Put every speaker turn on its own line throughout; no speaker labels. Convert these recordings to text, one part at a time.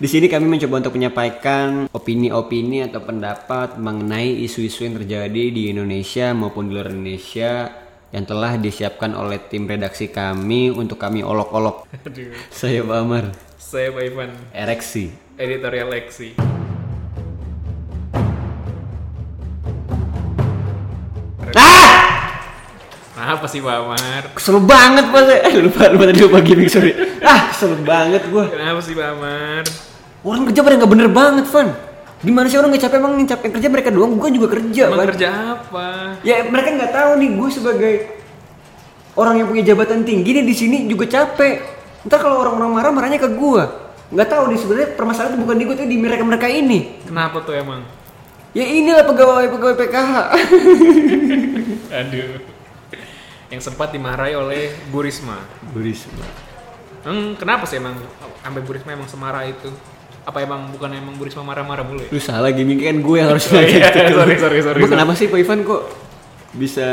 Di sini kami mencoba untuk menyampaikan opini-opini atau pendapat mengenai isu-isu yang terjadi di Indonesia maupun di luar Indonesia yang telah disiapkan oleh tim redaksi kami untuk kami olok-olok.
Aduh.
Saya Pak Amar,
Saya Pak Ivan,
ereksi.
editorial Lexi. Kenapa sih Pak Amar?
Kesel Ah! banget Pak saya. Eh, lupa lupa tadi lupa gimmick sorry. Ah, kesel banget gua.
Kenapa sih Pak Amar?
Orang kerja pada nggak bener banget, Van. Gimana sih orang nggak capek emang yang capek yang kerja mereka doang, gua juga kerja,
Emang
Van.
kerja apa?
Ya mereka nggak tahu nih gue sebagai orang yang punya jabatan tinggi nih di sini juga capek. Ntar kalau orang-orang marah marahnya ke gue. Nggak tahu nih sebenarnya permasalahan itu bukan di gue tuh di mereka mereka ini.
Kenapa tuh emang?
Ya inilah pegawai-pegawai PKH.
Aduh. Yang sempat dimarahi oleh Bu Risma.
Burisma.
Hmm, kenapa sih emang sampai Bu Risma emang semarah itu? Apa emang bukan emang Bu Risma marah-marah mulu ya?
Lu salah gimmick kan gue yang harus
Oh iya, sorry, sorry, sorry,
Gua
sorry.
kenapa sih Pak Ivan kok bisa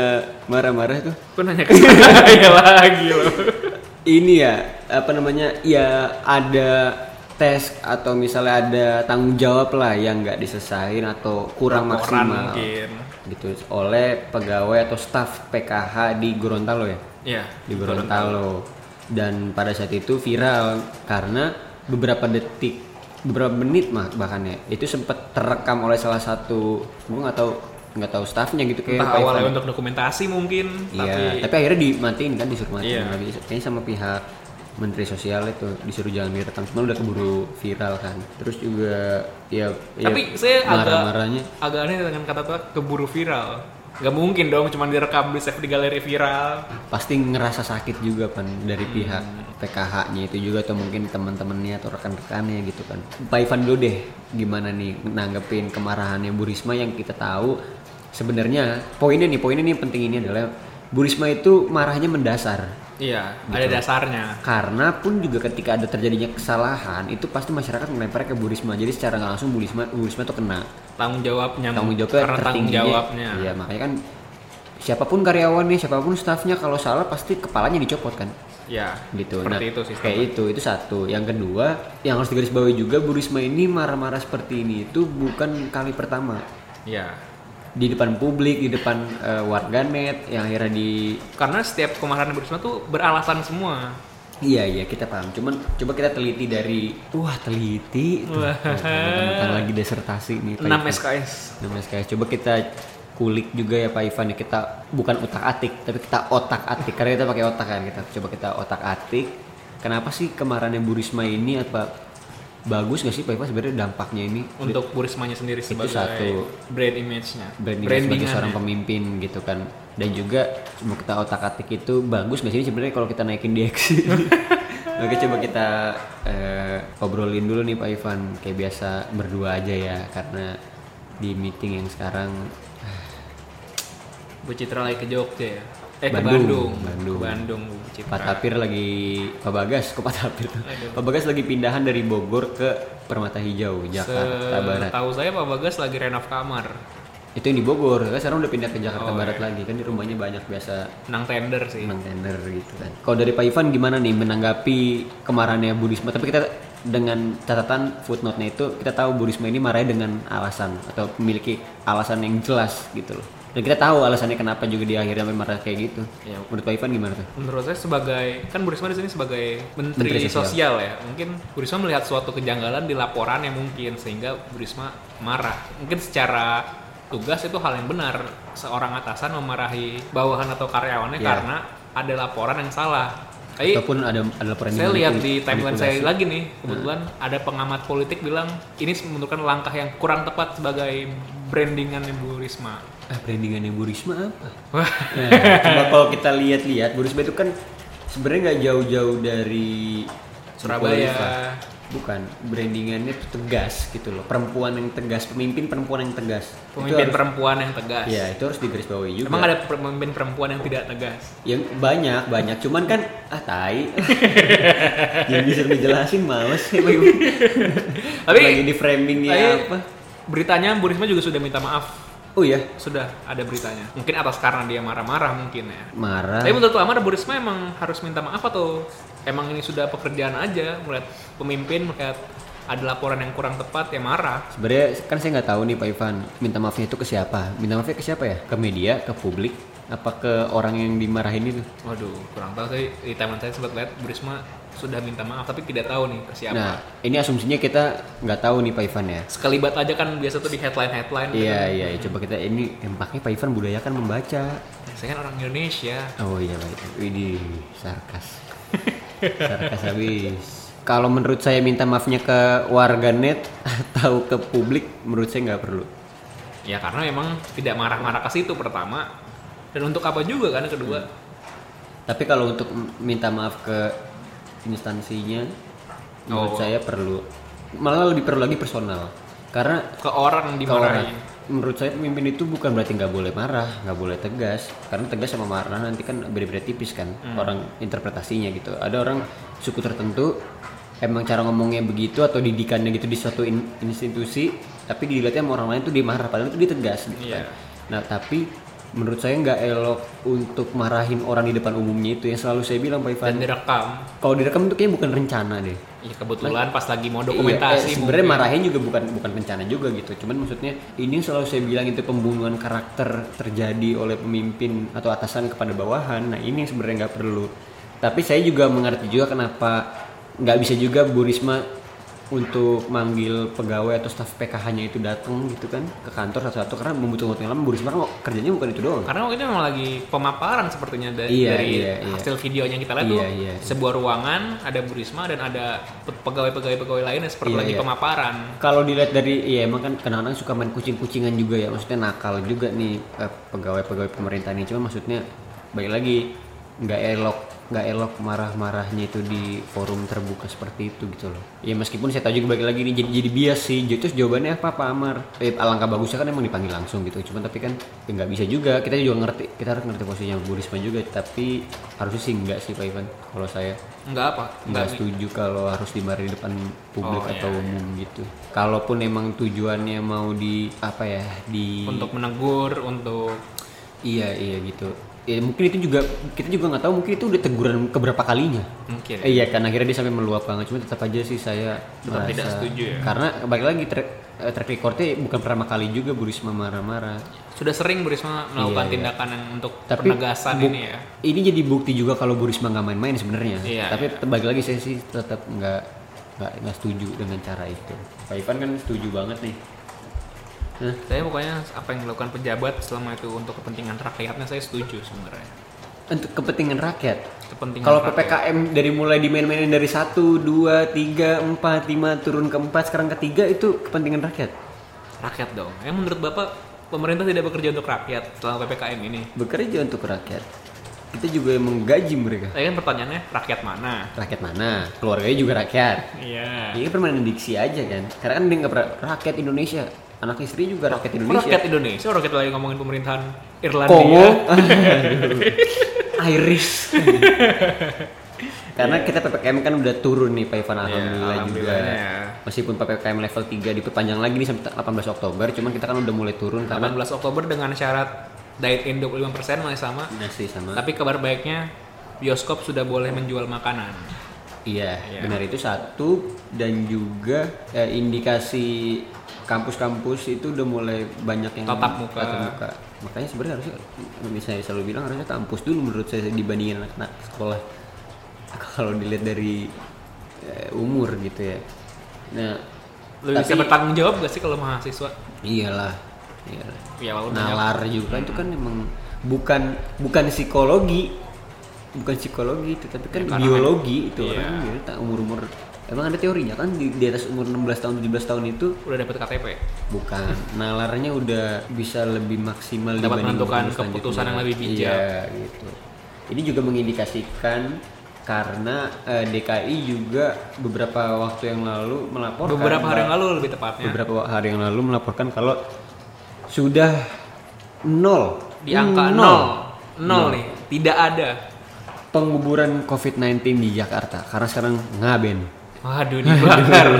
marah-marah tuh?
Gue nanya ke saya Iya lagi loh.
ini ya apa namanya ya ada tes atau misalnya ada tanggung jawab lah yang nggak disesain atau kurang
Laporan
maksimal
mungkin.
gitu oleh pegawai atau staf PKH di Gorontalo ya
Iya.
di Gorontalo dan pada saat itu viral karena beberapa detik beberapa menit mah bahkan ya itu sempat terekam oleh salah satu gue nggak tahu nggak tahu stafnya gitu kayak
Entah
Pak Ivan.
awalnya untuk dokumentasi mungkin,
Iya, tapi,
tapi
akhirnya dimatiin kan disuruh matiin
Iya.
lagi. Kayaknya sama pihak Menteri Sosial itu disuruh jangan direkam, cuma udah keburu viral kan. Terus juga ya, ya
tapi saya agak
marah-marahnya
agak aneh dengan kata tuh keburu viral. Gak mungkin dong cuma direkam di save di galeri viral.
pasti ngerasa sakit juga kan dari pihak PKH-nya itu juga atau mungkin teman-temannya atau rekan-rekannya gitu kan. Pak Ivan dulu deh, gimana nih nanggepin kemarahannya Bu Risma yang kita tahu sebenarnya poinnya nih, poinnya nih yang penting ini adalah Bu Risma itu marahnya mendasar.
Iya, ada dasarnya.
Karena pun juga ketika ada terjadinya kesalahan itu pasti masyarakat melempar ke Bu Risma. Jadi secara nggak langsung Bu Risma, Bu Risma tuh kena
Tanggung jawabnya.
tanggung jawabnya
Hmm, karena tanggung
tertingginya.
jawabnya.
Iya makanya kan siapapun karyawannya, siapapun stafnya kalau salah pasti kepalanya dicopot kan
Iya.
gitu.
Seperti
Nah,
itu sih.
Kayak itu, itu satu. Yang kedua, yang harus digarisbawahi juga Bu Risma ini marah-marah seperti ini itu bukan kali pertama
Iya.
di depan publik, di depan eh, warganet yang akhirnya di
Karena setiap kemarahan Bu Risma tuh beralasan semua.
Iya iya kita paham. Cuman coba kita teliti dari wah teliti. Tuh,
Wah.
Tentang lagi disertasi nih. Pak
6
Ivan.
SKS.
Enam SKS. Coba kita kulik juga ya Pak Ivan ya kita bukan utak atik tapi kita otak atik karena kita pakai otak kan kita coba kita otak atik kenapa sih kemarahannya Bu Risma ini apa bagus gak sih Pak Ivan sebenarnya dampaknya ini
Untuk Bu Rismanya sendiri sebagai
satu.
brand image-nya.
branding sebagai
Brandingannya.
seorang pemimpin gitu kan dan juga semua kita otak atik itu bagus nggak sih sebenarnya kalau kita naikin DX Oke coba kita eh, obrolin dulu nih Pak Ivan kayak biasa berdua aja ya karena di meeting yang sekarang
Bu Citra lagi ke Jogja ya. Eh ke
Bandung.
Bandung.
Bandung.
Ke Bandung Bu Citra.
Pak Tapir lagi Pak Bagas kok Pak Tapir tuh? Pak Bagas lagi pindahan dari Bogor ke Permata Hijau Jakarta Barat
Tahu saya Pak Bagas lagi renov kamar,
itu yang di Bogor kan sekarang udah pindah ke
Oh,
Jakarta Barat
iya.
lagi kan di rumahnya banyak biasa
menang tender sih.
emang tender gitu kan. Kalau dari Pak Ivan gimana nih menanggapi kemarahannya Burisma? Tapi kita dengan catatan footnote-nya itu kita tahu Burisma ini marahnya dengan alasan atau memiliki alasan yang jelas gitu loh. Dan kita tahu alasannya kenapa juga di akhirnya sampai marah kayak gitu.
Iya.
Menurut Pak Ivan gimana tuh?
Menurut saya sebagai kan Bu Risma di sini sebagai menteri,
Menteri
sosial. ya. Mungkin Bu Risma melihat suatu kejanggalan di laporan yang mungkin sehingga Bu Risma marah. Mungkin secara tugas itu hal yang benar seorang atasan memarahi bawahan atau karyawannya
Iya.
karena ada laporan yang salah. Tapi
Ataupun ada ada laporan
saya
yang
lihat
manipul-
di timeline
manipulasi? Hmm.
saya lagi nih kebetulan ada pengamat politik bilang ini menunjukkan langkah yang kurang tepat sebagai brandingan Bu Risma.
Ah, brandingannya Burisma apa?
Wah,
Nah, coba kalau kita lihat-lihat Burisma itu kan sebenarnya nggak jauh-jauh dari
Surabaya.
bukan brandingannya tuh tegas gitu loh perempuan yang tegas pemimpin perempuan yang tegas itu
pemimpin
harus,
perempuan yang tegas.
ya itu harus digarisbawahi juga
Emang ada pemimpin perempuan yang tidak tegas?
yang banyak banyak cuman kan ah tai yang bisa dijelasin males ya Bang.
Tapi-
lagi di framing ya
Tapi
apa
Beritanya Bu Risma juga sudah minta maaf.
oh ya
Sudah ada beritanya. Mungkin atas karena dia marah-marah mungkin ya.
marah
Tapi menurut Amar Bu Risma emang harus minta maaf atau emang ini sudah pekerjaan aja melihat pemimpin melihat ada laporan yang kurang tepat ya marah.
Sebenarnya kan saya nggak tahu nih Pak Ivan, minta maafnya itu ke siapa? Minta maafnya ke siapa ya? Ke media, ke publik, apa ke orang yang dimarahin itu?
Waduh, kurang tahu saya di teman saya sempat lihat Bu Risma sudah minta maaf tapi tidak tahu nih ke siapa.
Nah, ini asumsinya kita nggak tahu nih Pak Ivan ya.
Sekelibat aja kan biasa tuh di headline-headline. gitu.
Iya iya, iya. coba kita ini empaknya Pak Ivan budayakan membaca.
Saya kan orang Indonesia.
Oh iya Pak Ivan, Widih, sarkas, sarkas habis. Kalau menurut saya minta maafnya ke warganet atau ke publik, menurut saya nggak perlu.
Ya karena memang tidak marah-marah ke situ pertama. Dan untuk apa juga kan kedua?
Hmm. Tapi kalau untuk m- minta maaf ke instansinya, menurut
Oh.
saya perlu. Malah lebih perlu lagi personal. Karena
Ke orang
kalau
dimarahin.
menurut saya pemimpin itu bukan berarti nggak boleh marah, nggak boleh tegas. Karena tegas sama marah nanti kan beda-beda tipis kan
Hmm.
orang interpretasinya gitu. Ada orang suku tertentu emang cara ngomongnya begitu atau didikannya gitu di suatu in- institusi, tapi dilihatnya sama orang lain tuh dia marah padahal itu dia tegas gitu kan.
Iya.
Nah tapi menurut saya nggak elok untuk marahin orang di depan umumnya itu yang selalu saya bilang Pak Ivan.
Dan direkam.
Kalau direkam itu kayaknya bukan rencana deh.
Ya kebetulan pas lagi mau
Iya, eh,
dokumentasi
sebenarnya
mungkin.
marahin juga bukan bukan rencana juga gitu. Cuman maksudnya ini yang selalu saya bilang itu pembunuhan karakter terjadi oleh pemimpin atau atasan kepada bawahan. Nah ini yang sebenarnya nggak perlu. Tapi saya juga mengerti juga kenapa nggak bisa juga Bu Risma untuk manggil pegawai atau staf PKH-nya itu datang gitu kan ke kantor satu-satu karena membutuhkan waktu yang lama. Bu Risma kan kerjanya bukan itu doang.
Karena waktu itu memang lagi pemaparan sepertinya dari,
Iya,
dari
iya, iya.
hasil videonya yang kita lihat
Iya,
tuh
iya.
sebuah ruangan ada Bu Risma dan ada pe- pegawai-pegawai-pegawai lainnya seperti
Iya,
lagi
iya.
pemaparan.
Kalau dilihat dari, ya emang kan kadang-kadang suka main kucing-kucingan juga ya, maksudnya nakal juga nih eh, pegawai-pegawai pemerintah nih. Cuma maksudnya baik lagi nggak elok nggak elok marah-marahnya itu di forum terbuka seperti itu gitu loh. Ya meskipun saya tahu juga balik lagi nih jadi jadi bias sih. Jadi Terus jawabannya apa Pak Amar? Eh, alangkah bagusnya kan emang dipanggil langsung gitu. Cuman tapi kan ya nggak bisa juga. Kita juga ngerti kita harus ngerti posisinya Bu Risma juga. Tapi harusnya sih nggak sih Pak Ivan kalau saya
Enggak apa?
nggak setuju kalau harus dimarahin di depan publik
Oh, iya,
atau umum gitu. Kalaupun emang tujuannya mau di apa ya di
Untuk menegur, untuk
iya iya gitu. Ya, mungkin itu juga kita juga nggak tahu mungkin itu udah teguran keberapa kalinya.
mungkin.
Eh, iya kan akhirnya dia sampai meluap banget. Cuma tetap aja sih saya
Tetap tidak setuju ya.
Karena balik lagi track, eh, track recordnya bukan pertama kali juga Bu Risma marah-marah.
Sudah sering Bu Risma
Iya,
melakukan
iya.
tindakan yang untuk
Tapi
penegasan
bu-
ini ya.
Ini jadi bukti juga kalau Bu Risma nggak main-main sebenarnya.
Iya,
Tapi balik lagi saya sih tetap nggak nggak nggak setuju dengan cara itu. Pak Ivan kan setuju banget nih. Hah?
Saya pokoknya apa yang dilakukan pejabat selama itu untuk kepentingan rakyatnya saya setuju sebenarnya.
Untuk kepentingan rakyat.
Kepentingan
Kalau
rakyat.
PPKM dari mulai dimain-mainin dari satu, dua, tiga, empat, lima, turun ke empat, sekarang ketiga itu kepentingan rakyat.
rakyat dong. Yang menurut Bapak pemerintah tidak bekerja untuk rakyat selama PPKM ini?
Bekerja untuk rakyat. Kita juga yang menggaji mereka.
Saya kan pertanyaannya rakyat mana?
Rakyat mana? Keluarganya juga rakyat.
Iya.
Ini permainan diksi aja kan. Karena kan dia nggak pernah rakyat Indonesia. Anak istri juga rakyat Indonesia.
Rakyat Indonesia, orang kita lagi ngomongin pemerintahan Irlandia.
Kongo. Aduh. Iris. Karena kita PPKM kan udah turun nih Pak Ivan
Iya,
alhamdulillah, juga.
alhamdulillahnya ya.
Meskipun PPKM level 3 diperpanjang lagi nih sampai 18 Oktober, cuman kita kan udah mulai turun karena
18 Oktober dengan syarat diet in 25% masih sama.
masih sama.
Tapi kabar baiknya bioskop sudah boleh menjual makanan.
Iya,
Iya.
benar itu satu dan juga eh, indikasi kampus-kampus itu udah mulai banyak yang
Tatap muka.
muka. Makanya sebenarnya harusnya misalnya selalu bilang harusnya kampus dulu menurut saya dibandingin anak-anak sekolah. Kalau dilihat dari eh, umur gitu ya. Nah,
Lu bisa bertanggung jawab gak sih kalau mahasiswa?
iyalah, iyalah.
Ya walaupun banyak-
Nalar juga itu kan emang bukan bukan psikologi, bukan psikologi itu tapi kan
Ya, karena-
biologi itu
Iya.
orang biologi, tak umur-umur emang ada teorinya kan di, di atas umur 16 tahun 17 tahun itu
udah dapat KTP.
bukan nalarnya udah bisa lebih maksimal
Dapat
dibanding
menentukan
umur selanjutnya.
keputusan yang lebih bijak.
Iya, gitu. Ini juga mengindikasikan karena eh, DKI juga beberapa waktu yang lalu melaporkan
Beberapa hari
bahwa-
yang lalu lebih tepatnya.
beberapa hari yang lalu melaporkan kalau sudah Hmm, nol
Di angka nol. Nol, nih. Tidak ada.
penguburan COVID-19 di Jakarta karena sekarang ngaben
Waduh dibakar.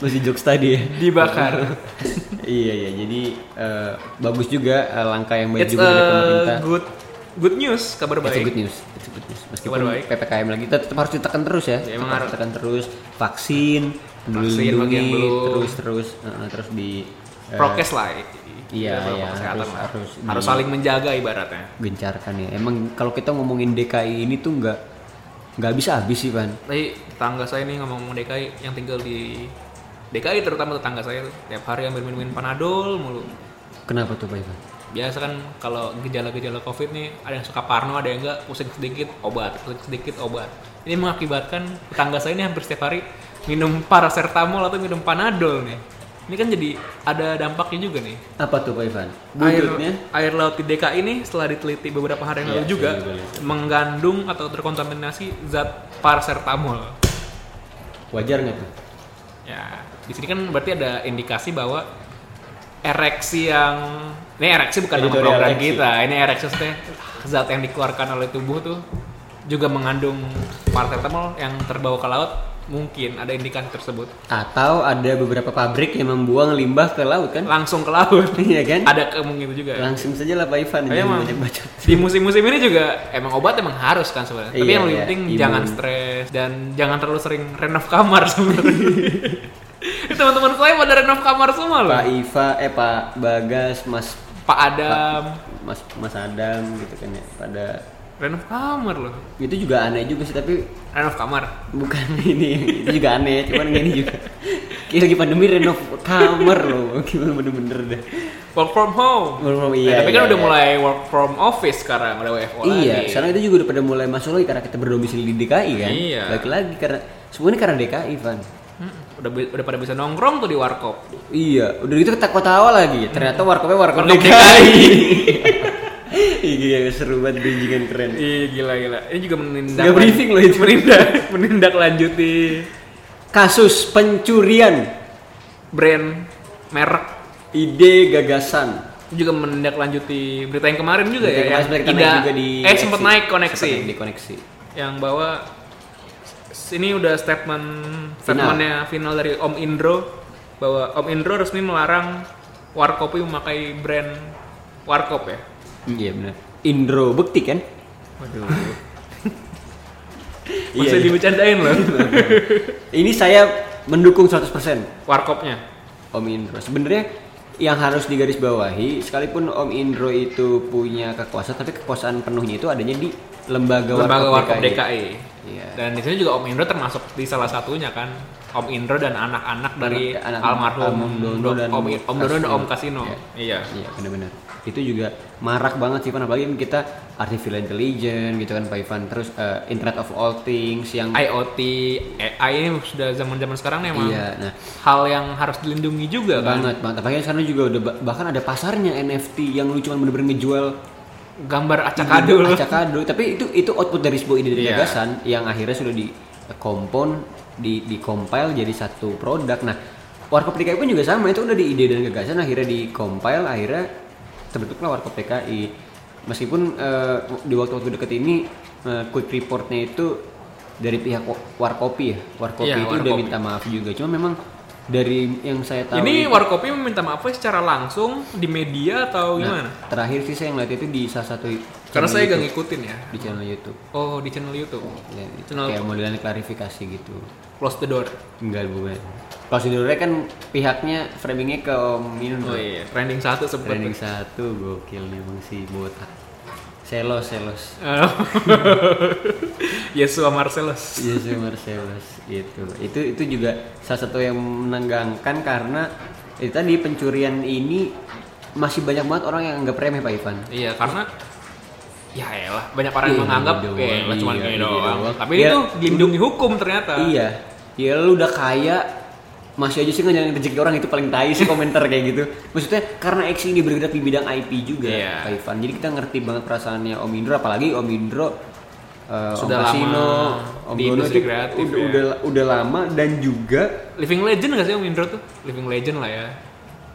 masih jokes tadi ya
dibakar.
iya iya jadi eh, bagus juga eh, langkah yang baik
It's
juga dari
a
pemerintah
good good news kabar
It's a
baik.
good news. It's a good news. Meskipun
Kabar baik.
PPKM lagi tetap harus ditekan terus ya.
Ya,
Tetap
emang harus.
ditekan terus vaksin,
Vaksin bagi yang
dilindungi
belum.
terus terus eh, terus di eh,
prokes lah
iya,
Protokol
iya,
kesehatan
harus-
lah. harus,
harus di-
saling menjaga ibaratnya
gencarkan ya. Emang kalau kita ngomongin DKI ini tuh nggak nggak bisa habis sih Van.
tapi tetangga saya nih ngomong DKI yang tinggal di DKI terutama tetangga saya tuh, tiap hari ambil minumin panadol mulu
Kenapa tuh Pak Ivan?
biasa kan kalau gejala-gejala covid nih ada yang suka parno ada yang enggak pusing sedikit obat pusing sedikit obat ini mengakibatkan tetangga saya ini hampir setiap hari minum paracetamol atau minum panadol nih ini kan jadi ada dampaknya juga nih
Apa tuh Pak Ivan?
air
Buntutnya?
air laut di DKI ini setelah diteliti beberapa hari yang
Iya,
lalu juga
saya juga lihat.
mengandung atau terkontaminasi zat paracetamol
wajar nggak tuh?
Ya, di sini kan berarti ada indikasi bahwa ereksi yang ini ereksi bukan nama
Editorial
program
ereksi.
kita. Ini ereksi teh zat yang dikeluarkan oleh tubuh tuh juga mengandung paracetamol yang terbawa ke laut mungkin ada indikasi tersebut
Atau ada beberapa pabrik yang membuang limbah ke laut kan?
langsung ke laut
Iya kan?
ada kemungkinan itu juga ya.
Langsung saja lah Pak Ivan
Tapi
jangan
emang
banyak-banyak.
di musim-musim ini juga emang obat emang harus kan sebenarnya. Tapi
Iya,
yang lebih
iya,
penting
imun.
jangan stres dan jangan terlalu sering renov kamar sebenarnya. Ini Teman-teman saya pada renov kamar semua loh.
Pak Iva, eh Pak Bagas, Mas
Pak Adam
Mas Mas Adam gitu kan ya. Pada
renov kamar loh
itu juga aneh juga sih tapi
renov kamar
bukan ini itu juga aneh cuman ini juga kayak lagi pandemi renov kamar loh gimana bener-bener deh
work from home
Work from-
Nah,
iya,
tapi kan
iya,
udah
iya.
mulai work from office sekarang udah WFO
iya
lagi
sekarang itu juga udah pada mulai masuk lagi karena kita berdomisili di DKI kan
Iya.
lagi lagi karena semuanya karena DKI Van
Mm-mm. udah bi- udah pada bisa nongkrong tuh di warkop
iya udah gitu kita ketawa lagi ternyata warkopnya warkop
Hmm. Warkop
DKI,
DKI.
iya seru banget bridgingan keren
iya gila gila ini juga menindak
Nggak briefing loh itu.
menindak menindaklanjuti
kasus pencurian
brand merek
ide gagasan
Itu juga menindaklanjuti berita yang kemarin juga
Berita
ya
kemarin
yang
sebenarnya kita naik
tidak-
juga di
eh sempat
koneksi.
naik koneksi
Sempat naik di koneksi
yang bahwa s- ini udah statement statementnya final dari Om Indro bahwa Om Indro resmi melarang warkopi memakai brand warkop ya.
iya benar Indro Bekti kan
Waduh.
Iya,
Masih
iya.
dibecandain loh
ini saya mendukung 100%
warkopnya.
Om Indro. Sebenarnya yang harus digarisbawahi, sekalipun Om Indro itu punya kekuasaan, tapi kekuasaan penuhnya itu adanya di lembaga,
Lembaga Warkop DKI.
Iya.
Dan di sini juga Om Indro termasuk di salah satunya kan. Om Indro dan anak-anak dari
Anak-
almarhum
almarhum Dono dan
Om, Om Dono dan Om
Kasino.
Kasino. Iya.
Iya benar-benar. Itu juga marak banget sih, Pan. apalagi kan kita artificial intelligence gitu kan, Pak Ivan. Terus eh, Internet of All Things yang
IoT, AI ini sudah zaman-zaman sekarang nih emang
iya, nah
hal yang harus dilindungi juga kan.
banget banget. Apalagi sekarang juga udah ba- bahkan ada pasarnya NFT yang lu cuma bener-bener ngejual Iya.
gambar acak-adul.
Acakado. Ah, Tapi itu itu output dari sebuah ide dan
Iya.
gagasan yang akhirnya sudah di kompon, di di compile jadi satu produk. Nah, Warkop PKI pun juga sama, itu udah di ide dan gagasan akhirnya di compile akhirnya terbentuklah Warkop PKI. Meskipun eh, di waktu-waktu deket ini eh, quick reportnya itu dari pihak wa- Warkopi ya. Warkopi
Iya,
itu udah
Warkopi.
minta maaf juga. Cuma memang dari yang saya tahu gitu.
Ini
itu-
Warkopi meminta maafnya secara langsung di media atau gimana?
Nah, terakhir sih saya ngeliat itu di salah satu
Karena
channel
saya gak
YouTube.
ngikutin ya.
di channel YouTube.
Oh, di channel YouTube.
Ya, itu
Channel
kayak modelan klarifikasi gitu.
Close the door.
Enggak bukan. Kalau sejujurnya kan pihaknya framingnya ke Om Indro.
Oh iya, trending satu
Training
seperti.
satu gokil nih emang si botak. Selos, selos.
Yesua Marcellus.
Yes, Marcellus itu. Gitu. Itu itu juga salah satu yang menenggangkan karena itu tadi pencurian ini masih banyak banget orang yang anggap remeh Pak Ivan.
Iya, karena ya elah banyak orang
Iya,
yang menganggap
doang,
ya elah cuma
iya,
gini
iya
doang.
doang.
Tapi
Ya.
itu dilindungi hukum ternyata.
Iya. Ya lu udah kaya masih aja sih ngejalanin rezeki orang itu paling tai sih komentar kayak gitu. Maksudnya karena X ini bergerak di bidang IP juga,
Iya.
Pak Ivan. Jadi kita ngerti banget perasaannya Om Indro apalagi Om Indro eh,
Sudah
Om Kasino,
lama
Om
di
Dono
industri
itu
kreatif
udah,
ya.
udah udah lama dan juga
Living legend gak sih Om Indro tuh? Living legend lah ya.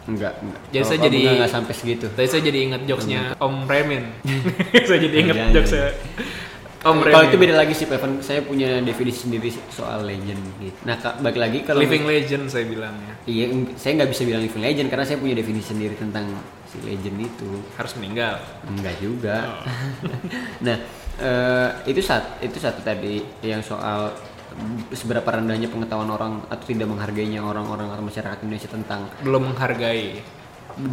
enggak, enggak.
Jadi
Kalau
saya
kamu
jadi-
enggak, enggak sampai segitu.
Tadi saya jadi inget jokesnya Om Remin.
Hmm.
saya jadi inget
Jangan,
jokesnya Om Remin.
Iya, Kalau itu beda lagi sih, Pak Ivan. Saya punya definisi sendiri soal legend gitu. Nah, Kak, balik lagi kalau
Living legend saya ya. bilangnya.
Iya, eng- saya nggak bisa bilang living legend karena saya punya definisi sendiri tentang si legend itu.
Harus meninggal.
Enggak
Oh.
juga. nah, eh, itu satu itu satu tadi yang soal seberapa rendahnya pengetahuan orang atau tidak menghargainya orang-orang atau masyarakat Indonesia tentang
belum menghargai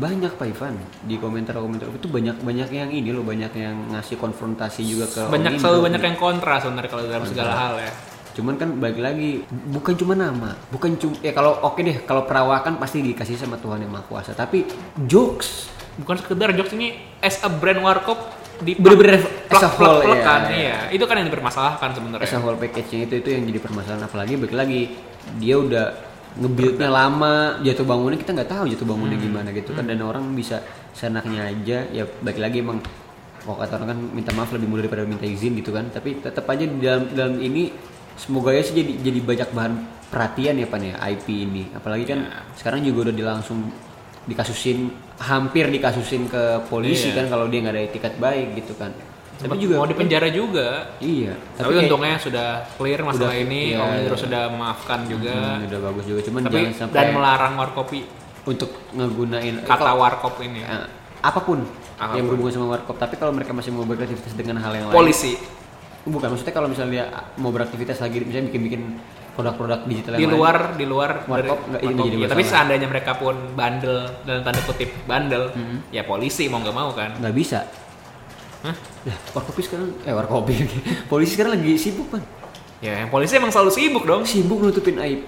banyak Pak Ivan di komentar-komentar itu banyak banyak yang ini loh banyak yang ngasih konfrontasi juga ke Omindo.
banyak selalu banyak yang kontra sebenarnya kalau dalam segala hal ya
cuman kan balik lagi bukan cuma nama bukan cuma ya kalau oke deh kalau perawakan pasti dikasih sama Tuhan yang maha kuasa tapi jokes
bukan sekedar jokes ini as a brand warkop di
Bener-bener as a whole,
plak-plak-plakan,
iya,
iya. itu kan yang dipermasalahkan sebenarnya
as a whole package-nya itu itu yang jadi permasalahan apalagi balik lagi dia udah ngebuildnya lama jatuh bangunnya kita nggak tahu jatuh bangunnya
Hmm.
gimana gitu kan dan orang bisa senaknya aja ya balik lagi emang kalau kata orang kan minta maaf lebih mudah daripada minta izin gitu kan tapi tetap aja di dalam dalam ini semoga ya sih jadi jadi banyak bahan perhatian ya pan ya IP ini apalagi kan
Ya.
sekarang juga udah dilangsung dikasusin hampir dikasusin ke polisi
Iya.
kan kalau dia nggak ada etikat baik gitu kan tapi
Sempet
juga
mau dipenjara juga
iya
tapi,
kayak-
untungnya sudah clear masalah
Udah,
ini
iya,
Om Indro
iya.
sudah memaafkan juga
Hmm, udah bagus juga cuman
tapi
jangan sampai
dan melarang warkopi
untuk ngegunain
kata
kalau-
warkop ini
eh, apapun,
Apapun.
yang berhubungan sama warkop tapi kalau mereka masih mau beraktivitas dengan hal yang lain
polisi
bukan maksudnya kalau misalnya dia mau beraktivitas lagi misalnya bikin-bikin produk-produk digital
di
yang lain,
luar di luar dari
Warkop nggak- ini
warkop.
jadi
Ya, tapi
masalah.
seandainya mereka pun bandel dalam tanda kutip bandel
Hmm.
ya polisi mau nggak mau kan
nggak bisa
Hah?
lah warkopi sekarang eh warkopi polisi sekarang lagi sibuk kan
ya yang polisi emang selalu sibuk dong
sibuk nutupin aib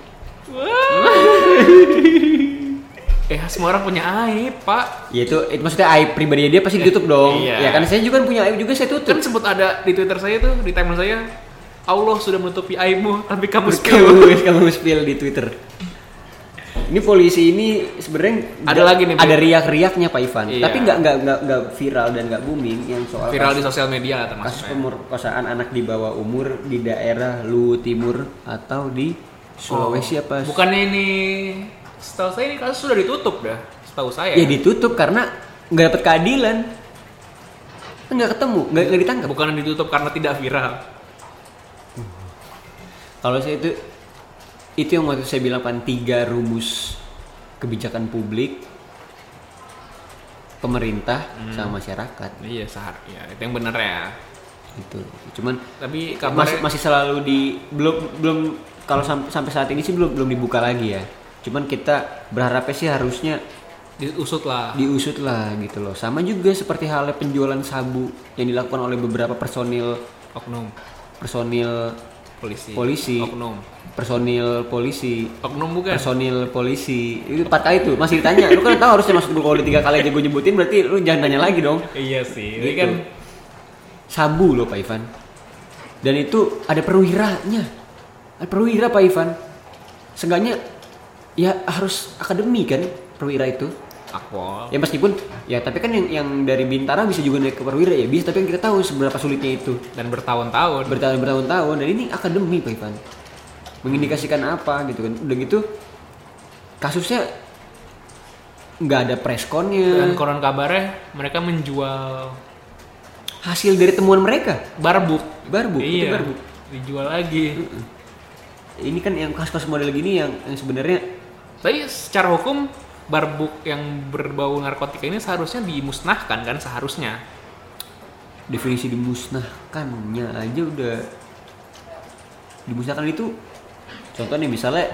eh semua orang punya aib pak
ya itu, itu maksudnya aib pribadi dia pasti ditutup dong
Iya.
ya kan saya juga punya aib juga saya tutup
kan sebut ada di twitter saya tuh di timeline saya Allah sudah menutupi aibmu tapi kamu spill
kamu kamu spill di Twitter. Ini polisi ini sebenarnya
Ada
nggak-
lagi nih,
ada riak-riaknya Pak Ivan,
Iya.
tapi nggak nggak nggak nggak viral dan nggak booming yang soal
viral
kasus,
di sosial media lah
kasus
termasuk
pemerkosaan anak di bawah umur di daerah Luwu Timur atau di Sulawesi apa?
Oh. bukannya ini setahu saya ini kasus sudah ditutup dah setahu saya
Ya ditutup karena nggak dapat keadilan, nggak ketemu, nggak nggak ditangkap.
bukan ditutup karena tidak viral
Kalau saya itu itu yang waktu saya bilang kan tiga rumus kebijakan publik pemerintah
Hmm.
sama masyarakat
iya sehar ya itu yang bener ya
itu. Cuman
tapi
masih
kabarnya
masih selalu di belum belum kalau sam- sampai saat ini sih belum belum dibuka lagi ya. Cuman kita berharapnya sih harusnya
diusut lah
diusut lah gitu loh. Sama juga seperti halnya penjualan sabu yang dilakukan oleh beberapa personil
oknum
personil
polisi
Polisi.
oknum
personil polisi
oknum bukan
personil polisi itu empat kali tuh masih ditanya lu kan tahu harusnya masuk kalau udah tiga kali aja gue nyebutin berarti lu jangan nanya lagi dong
iya sih ini
Gitu.
kan
sabu loh pak Ivan dan itu ada perwiranya ada perwira pak Ivan seenggaknya ya harus akademi kan perwira itu
akwal
ya meskipun ya tapi kan yang yang dari bintara bisa juga naik ke perwira ya bisa tapi kan kita tahu seberapa sulitnya itu
dan bertahun-tahun
bertahun bertahun tahun dan ini akademi Pak Ivan mengindikasikan apa gitu kan udah gitu kasusnya nggak ada
dan
preskonnya
konon kabarnya mereka menjual
hasil dari temuan mereka
barbuk
barbuk itu
iya
barbuk
dijual lagi
ini kan yang kasus-kasus model gini yang, yang sebenarnya
tapi secara hukum barbuk yang berbau narkotika ini seharusnya dimusnahkan kan seharusnya
definisi dimusnahkannya aja udah dimusnahkan itu contohnya misalnya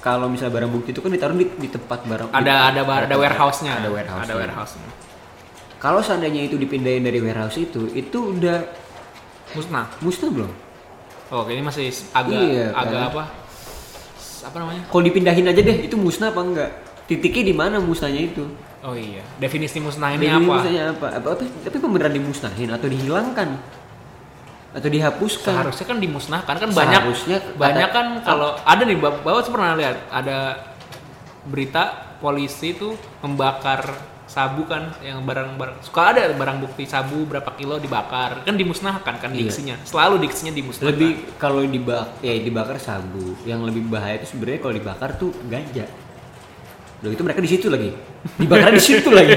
kalau misalnya barang bukti itu kan ditaruh di, di tempat barang
ada ada bar- ada
tempat-
warehouse-nya
Iya. ada warehouse
ada warehouse-nya.
kalau seandainya itu dipindahin dari warehouse itu itu udah
musnah
musnah belum
oke ini masih agak
Iya, kan.
agak apa s- apa namanya
kalau dipindahin aja deh itu musnah apa enggak titiknya di mana musnahnya itu
oh iya definisi musnah
Jadi
ini apa
musnahnya apa? apa apa- tapi beneran dimusnahin atau dihilangkan atau dihapuskan
seharusnya kan dimusnahkan kan banyak
Seharusnya kata-
banyak kan kalau ada nih Bap- bapak tuh pernah lihat ada berita polisi tuh membakar sabu kan yang barang-barang suka ada barang bukti sabu berapa kilo dibakar kan dimusnahkan kan
Iya.
diksinya selalu diksinya dimusnahkan
lebih kalau dibak ya dibakar sabu yang lebih bahaya itu sebenarnya kalau dibakar tuh ganja Udah itu mereka di situ lagi dibakar di situ lagi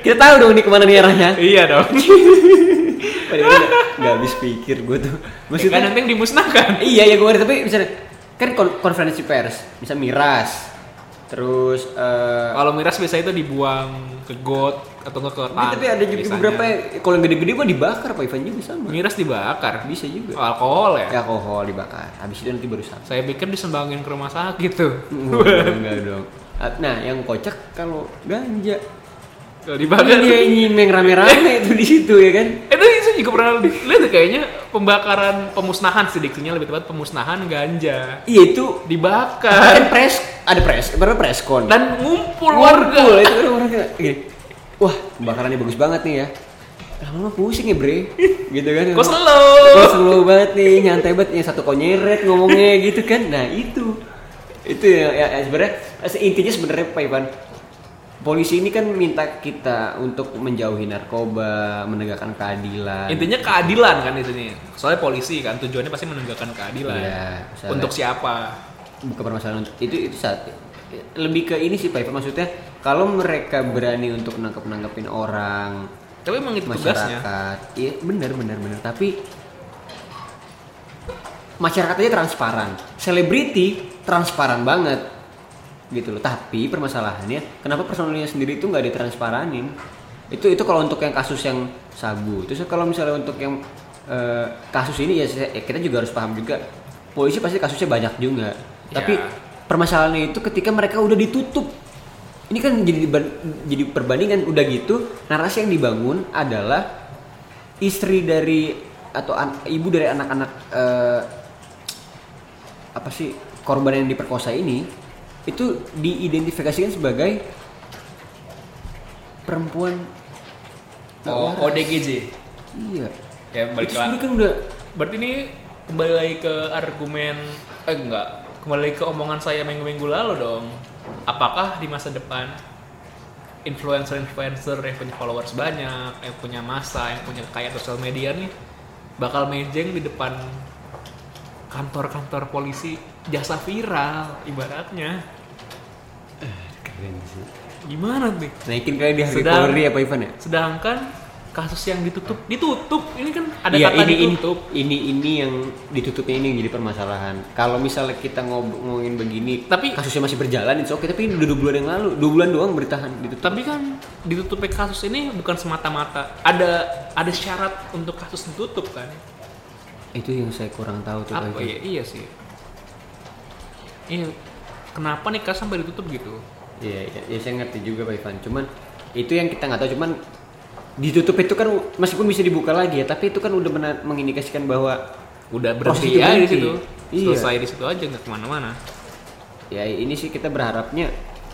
kita tahu dong ini kemana nih arahnya
iya dong
Padahal nggak- nggak habis pikir gue tuh
Maksudnya,
maksudnya
kan nanti yang dimusnahkan
iya ya gue ngerti tapi misalnya kan kon- konferensi pers misalnya miras Terus eh,
Kalau miras biasanya itu dibuang ke got atau nggak ke tanah.
tapi ada juga
biasanya.
beberapa yang- kalau yang gede-gede mah dibakar Pak Ivan juga sama.
miras dibakar.
Bisa juga.
Alkohol ya.
Ya, alkohol dibakar. Habis itu nanti baru sama.
Saya pikir disembangin ke rumah sakit tuh.
Enggak dong. Nah, yang kocak kalau ganja.
Kalau
Padahal
dibakar.
dia nyimeng rame-rame tuh di situ ya kan.
Itu Eh, saya juga pernah lihat tuh kayaknya pembakaran pemusnahan sih diksinya lebih tepat pemusnahan ganja
Iya itu
dibakar
kan pres ada pres, berapa preskon.
dan ngumpul
Ngumpul,
warga.
itu kan orang kayak gini. Wah, bakarannya bagus banget nih ya. Lama-lama pusing ya, Bre. Gitu kan.
Kok slow?
Kok slow banget nih, nyantai banget ya satu konyeret ngomongnya gitu kan. Nah, itu. Itu ya, ya, ya sebenarnya se- intinya sebenarnya Pak Ivan Polisi ini kan minta kita untuk menjauhi narkoba, menegakkan keadilan.
Intinya keadilan kan itu nih. Soalnya polisi kan tujuannya pasti menegakkan keadilan.
Iya, misalnya.
ya. Untuk siapa?
bukan permasalahan untuk- itu itu saat lebih ke ini sih Pak Ivan maksudnya kalau mereka berani untuk nangkep nangkepin orang
Tapi emang itu tugasnya.
masyarakat iya benar benar benar tapi masyarakatnya transparan selebriti transparan banget gitu loh tapi permasalahannya kenapa personilnya sendiri itu nggak ditransparanin itu itu kalau untuk yang kasus yang sabu terus kalau misalnya untuk yang eh, kasus ini ya, saya- ya kita juga harus paham juga polisi pasti kasusnya banyak juga tapi
Ya.
permasalahannya itu ketika mereka udah ditutup ini kan jadi diban- jadi perbandingan udah gitu narasi yang dibangun adalah istri dari atau an- ibu dari anak-anak eh, apa sih korban yang diperkosa ini itu diidentifikasikan sebagai perempuan tak
Oh,
waras.
ODGJ.
iya
Ya balik
itu
lagi.
sendiri kan udah
Berarti ini kembali lagi ke argumen eh enggak, kembali lagi ke omongan saya minggu-minggu lalu dong. Apakah di masa depan influencer-influencer yang punya followers banyak, yang punya massa, yang punya kekayaan sosial media nih bakal mejeng di depan kantor-kantor polisi jasa viral ibaratnya.
keren sih
Gimana nih?
naikin kali dia hari
Sedang-
Polri ya Pak Ivan ya
Sedangkan kasus yang ditutup ditutup ini kan ada
Iya,
kata
ini, ini
ditutup.
ini ini yang ditutupnya ini yang jadi permasalahan. Kalau misalnya kita ngob- ngomongin begini,
Tapi-
kasusnya masih berjalan, itu oke. Tapi ini udah dua bulan yang lalu, dua bulan doang bertahan ditutup.
Tapi kan ditutupnya kasus ini bukan semata-mata ada ada syarat untuk kasus ditutup kan?
Itu yang saya kurang tahu tuh. Pak
Apa
Ivan.
ya? Iya sih. Ini kenapa nih kasus sampai ditutup gitu?
Iya, iya, iya, saya ngerti juga Pak Ivan. Cuman itu yang kita nggak tahu. Cuman ditutup itu kan meskipun bisa dibuka lagi ya, tapi itu kan udah mena- mengindikasikan bahwa
Udah
Proses
berhenti ya di
berhenti.
situ.
Iya.
Selesai di situ aja nggak kemana-mana.
ya ini sih kita berharapnya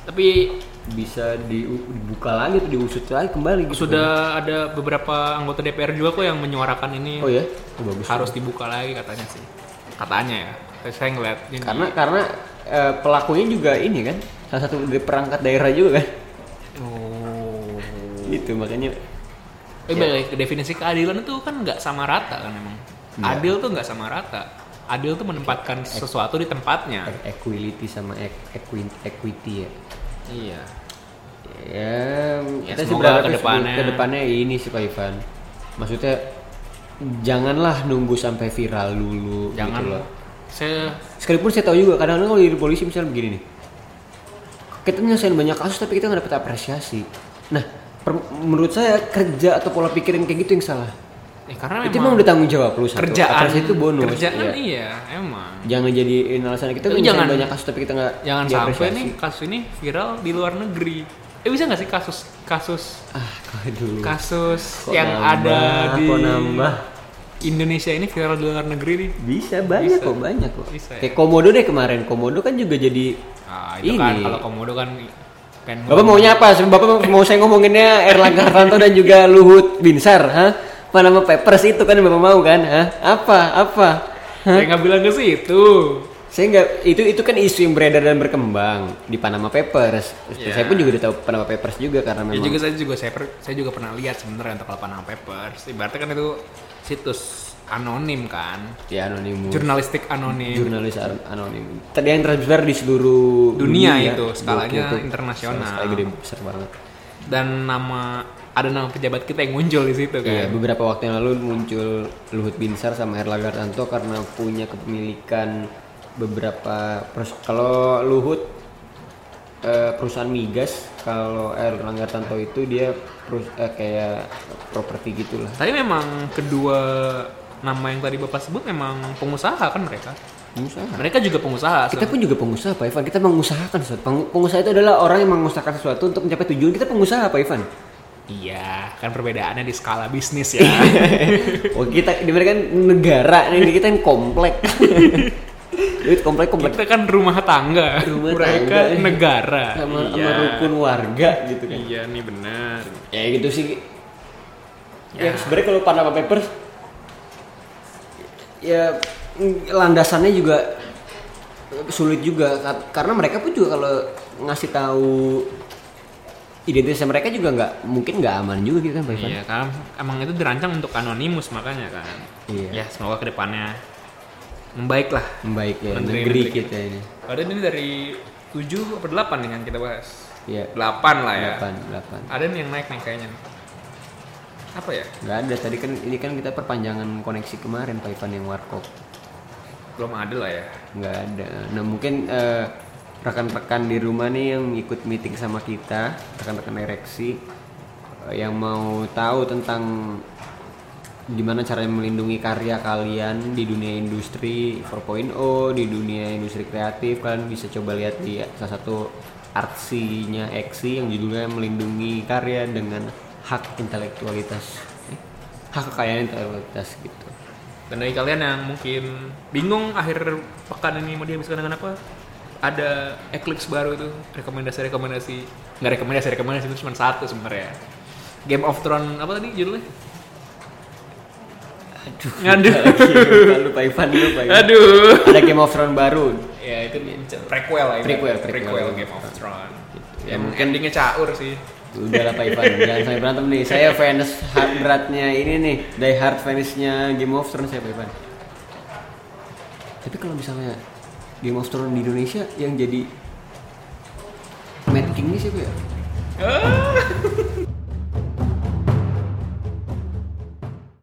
Tapi
bisa di- dibuka lagi atau diusut lagi kembali gitu.
sudah ada beberapa anggota DPR juga kok yang menyuarakan ini
Oh ya, Oh, bagus.
harus dibuka lagi katanya sih. Katanya ya. Saya ngeliat ini.
karena karena eh, pelakunya juga ini kan salah satu dari perangkat daerah juga kan
Oh.
itu makanya Iya.
Eh, balik lagi ke definisi keadilan itu kan nggak sama rata kan emang.
Iya.
Adil tuh nggak sama rata. Adil tuh menempatkan sesuatu di tempatnya.
eh, equality sama equ- equi- equity ya
Iya.
ya,
Ya,
kita sih
semoga
berharap
ke
ya,
depannya.
ke depannya ini sih Pak Ivan maksudnya janganlah nunggu sampai viral dulu
Jangan.
gitu loh
Saya
sekalipun saya tahu juga kadang-kadang kalau di polisi misalnya begini nih kita menyelesaikan banyak kasus tapi kita nggak dapat apresiasi nah per- menurut saya kerja atau pola pikir yang kayak gitu yang salah
eh, karena
itu emang
memang
udah tanggung jawab lu satu.
kerjaan
Apresiasi itu bonus
Kerjaan
Iya.
iya, emang.
jangan jadiin alasan kita
Tapi
menyelesaikan
jangan-
banyak kasus tapi kita nggak
Jangan sampai
diapresiasi.
nih kasus ini viral di luar negeri. Eh bisa nggak sih kasus kasus
ah aduh
kasus
Kok
yang
nambah,
ada di
kok nambah?
Indonesia ini viral di luar negeri nih?
bisa banyak
Bisa.
kok banyak kok
Bisa ya.
kayak komodo deh kemarin komodo kan juga jadi
Ah, itu kan
Ini.
kalau komodo kan pengen
bapak maunya apa bapak mau- mau saya ngomonginnya Erlangga Hartanto dan juga Luhut Binsar ha Panama Papers itu kan yang bapak mau kan ha apa apa Hah?
Saya nggak bilang ke situ.
saya nggak itu itu kan isu yang beredar dan berkembang di Panama Papers
Iya.
saya pun juga udah tahu Panama Papers juga karena
Ya
memang
juga saya juga saya per- saya juga pernah lihat sebenarnya untuk Panama Papers. Ibaratnya kan itu situs anonim kan,
ya anonimus
jurnalistik anonim.
jurnalis an- anonim. Tadi yang tersebar di seluruh
Dunia itu,
Gokil
skalanya
tuh.
internasional.
Skala gede besar banget.
Dan nama ada nama pejabat kita yang muncul di situ
Iya,
kan.
beberapa waktu yang lalu muncul Luhut Binsar sama Erlangga Hartanto karena punya kepemilikan beberapa pers- kalau Luhut eh, perusahaan migas kalau Erlangga Tanto itu dia perus- eh, kayak properti gitulah.
Tadi memang kedua nama yang tadi Bapak sebut memang pengusaha kan mereka.
Pengusaha.
Mereka juga pengusaha.
Kita pun juga pengusaha Pak Ivan. Kita mengusahakan sesuatu. Pengu- Pengusaha itu adalah orang yang mengusahakan sesuatu untuk mencapai tujuan. Kita pengusaha Pak Ivan.
Iya, kan perbedaannya di skala bisnis ya.
Oh kita di mereka kan negara nih kita yang komplek. Duit komplek komplek
Kita kan rumah tangga,
Rumah
mereka
tangga. iya.
negara.
sama, sama
iya.
rukun warga gitu kan.
Iya nih benar.
Ya gitu sih. Ya, sebenarnya kalau Panama Papers ya mm, landasannya juga sulit juga Ka- karena mereka pun juga kalau ngasih tahu identitas mereka juga nggak mungkin nggak aman juga gitu kan Pak Ivan.
Iya kan, emang itu dirancang untuk anonimus makanya kan.
Iya.
Ya semoga kedepannya membaik lah.
Membaik ya
Menteri-
negeri
menteri.
kita ini.
Padahal ini dari 7 atau 8 nih kan kita bahas.
Iya.
8 lah ya.
Delapan, delapan.
Ada nih yang naik nih kayaknya. nih. Apa ya?
Nggak ada tadi kan ini kan kita perpanjangan koneksi kemarin Pak Ivan yang warkop.
Belum ada lah ya.
Nggak ada. Nah mungkin eh, rekan-rekan di rumah nih yang ikut meeting sama kita, rekan-rekan ereksi eh, yang mau tahu tentang gimana caranya melindungi karya kalian di dunia industri 4.0, di dunia industri kreatif kalian bisa coba lihat di salah satu artsinya Eksi yang judulnya melindungi karya dengan hak intelektualitas. Eh, hak kekayaan intelektualitas gitu.
Dan dari kalian yang mungkin bingung akhir pekan ini mau dihabiskan dengan apa, ada Eclipse baru itu rekomendasi-rekomendasi nggak rekomendasi-rekomendasi itu cuma satu sebenarnya. Game of Thrones apa tadi judulnya?
Aduh.
Aduh.
lupa, lupa Ivan lupa Ivan.
Aduh.
ada Game of Thrones baru
Ya itu dia, prequel lah. ibaratnya.
Prequel, prequel.
prequel, Game of Thrones.
Gitu.
Ya, endingnya caur sih.
udah lah Pak Ivan jangan sampai berantem nih saya fans hard beratnya ini nih die hard fansnya Game of Thrones saya Pak Ivan tapi kalau misalnya Game of Thrones di Indonesia yang jadi Mad King ini siapa ya?
Ah.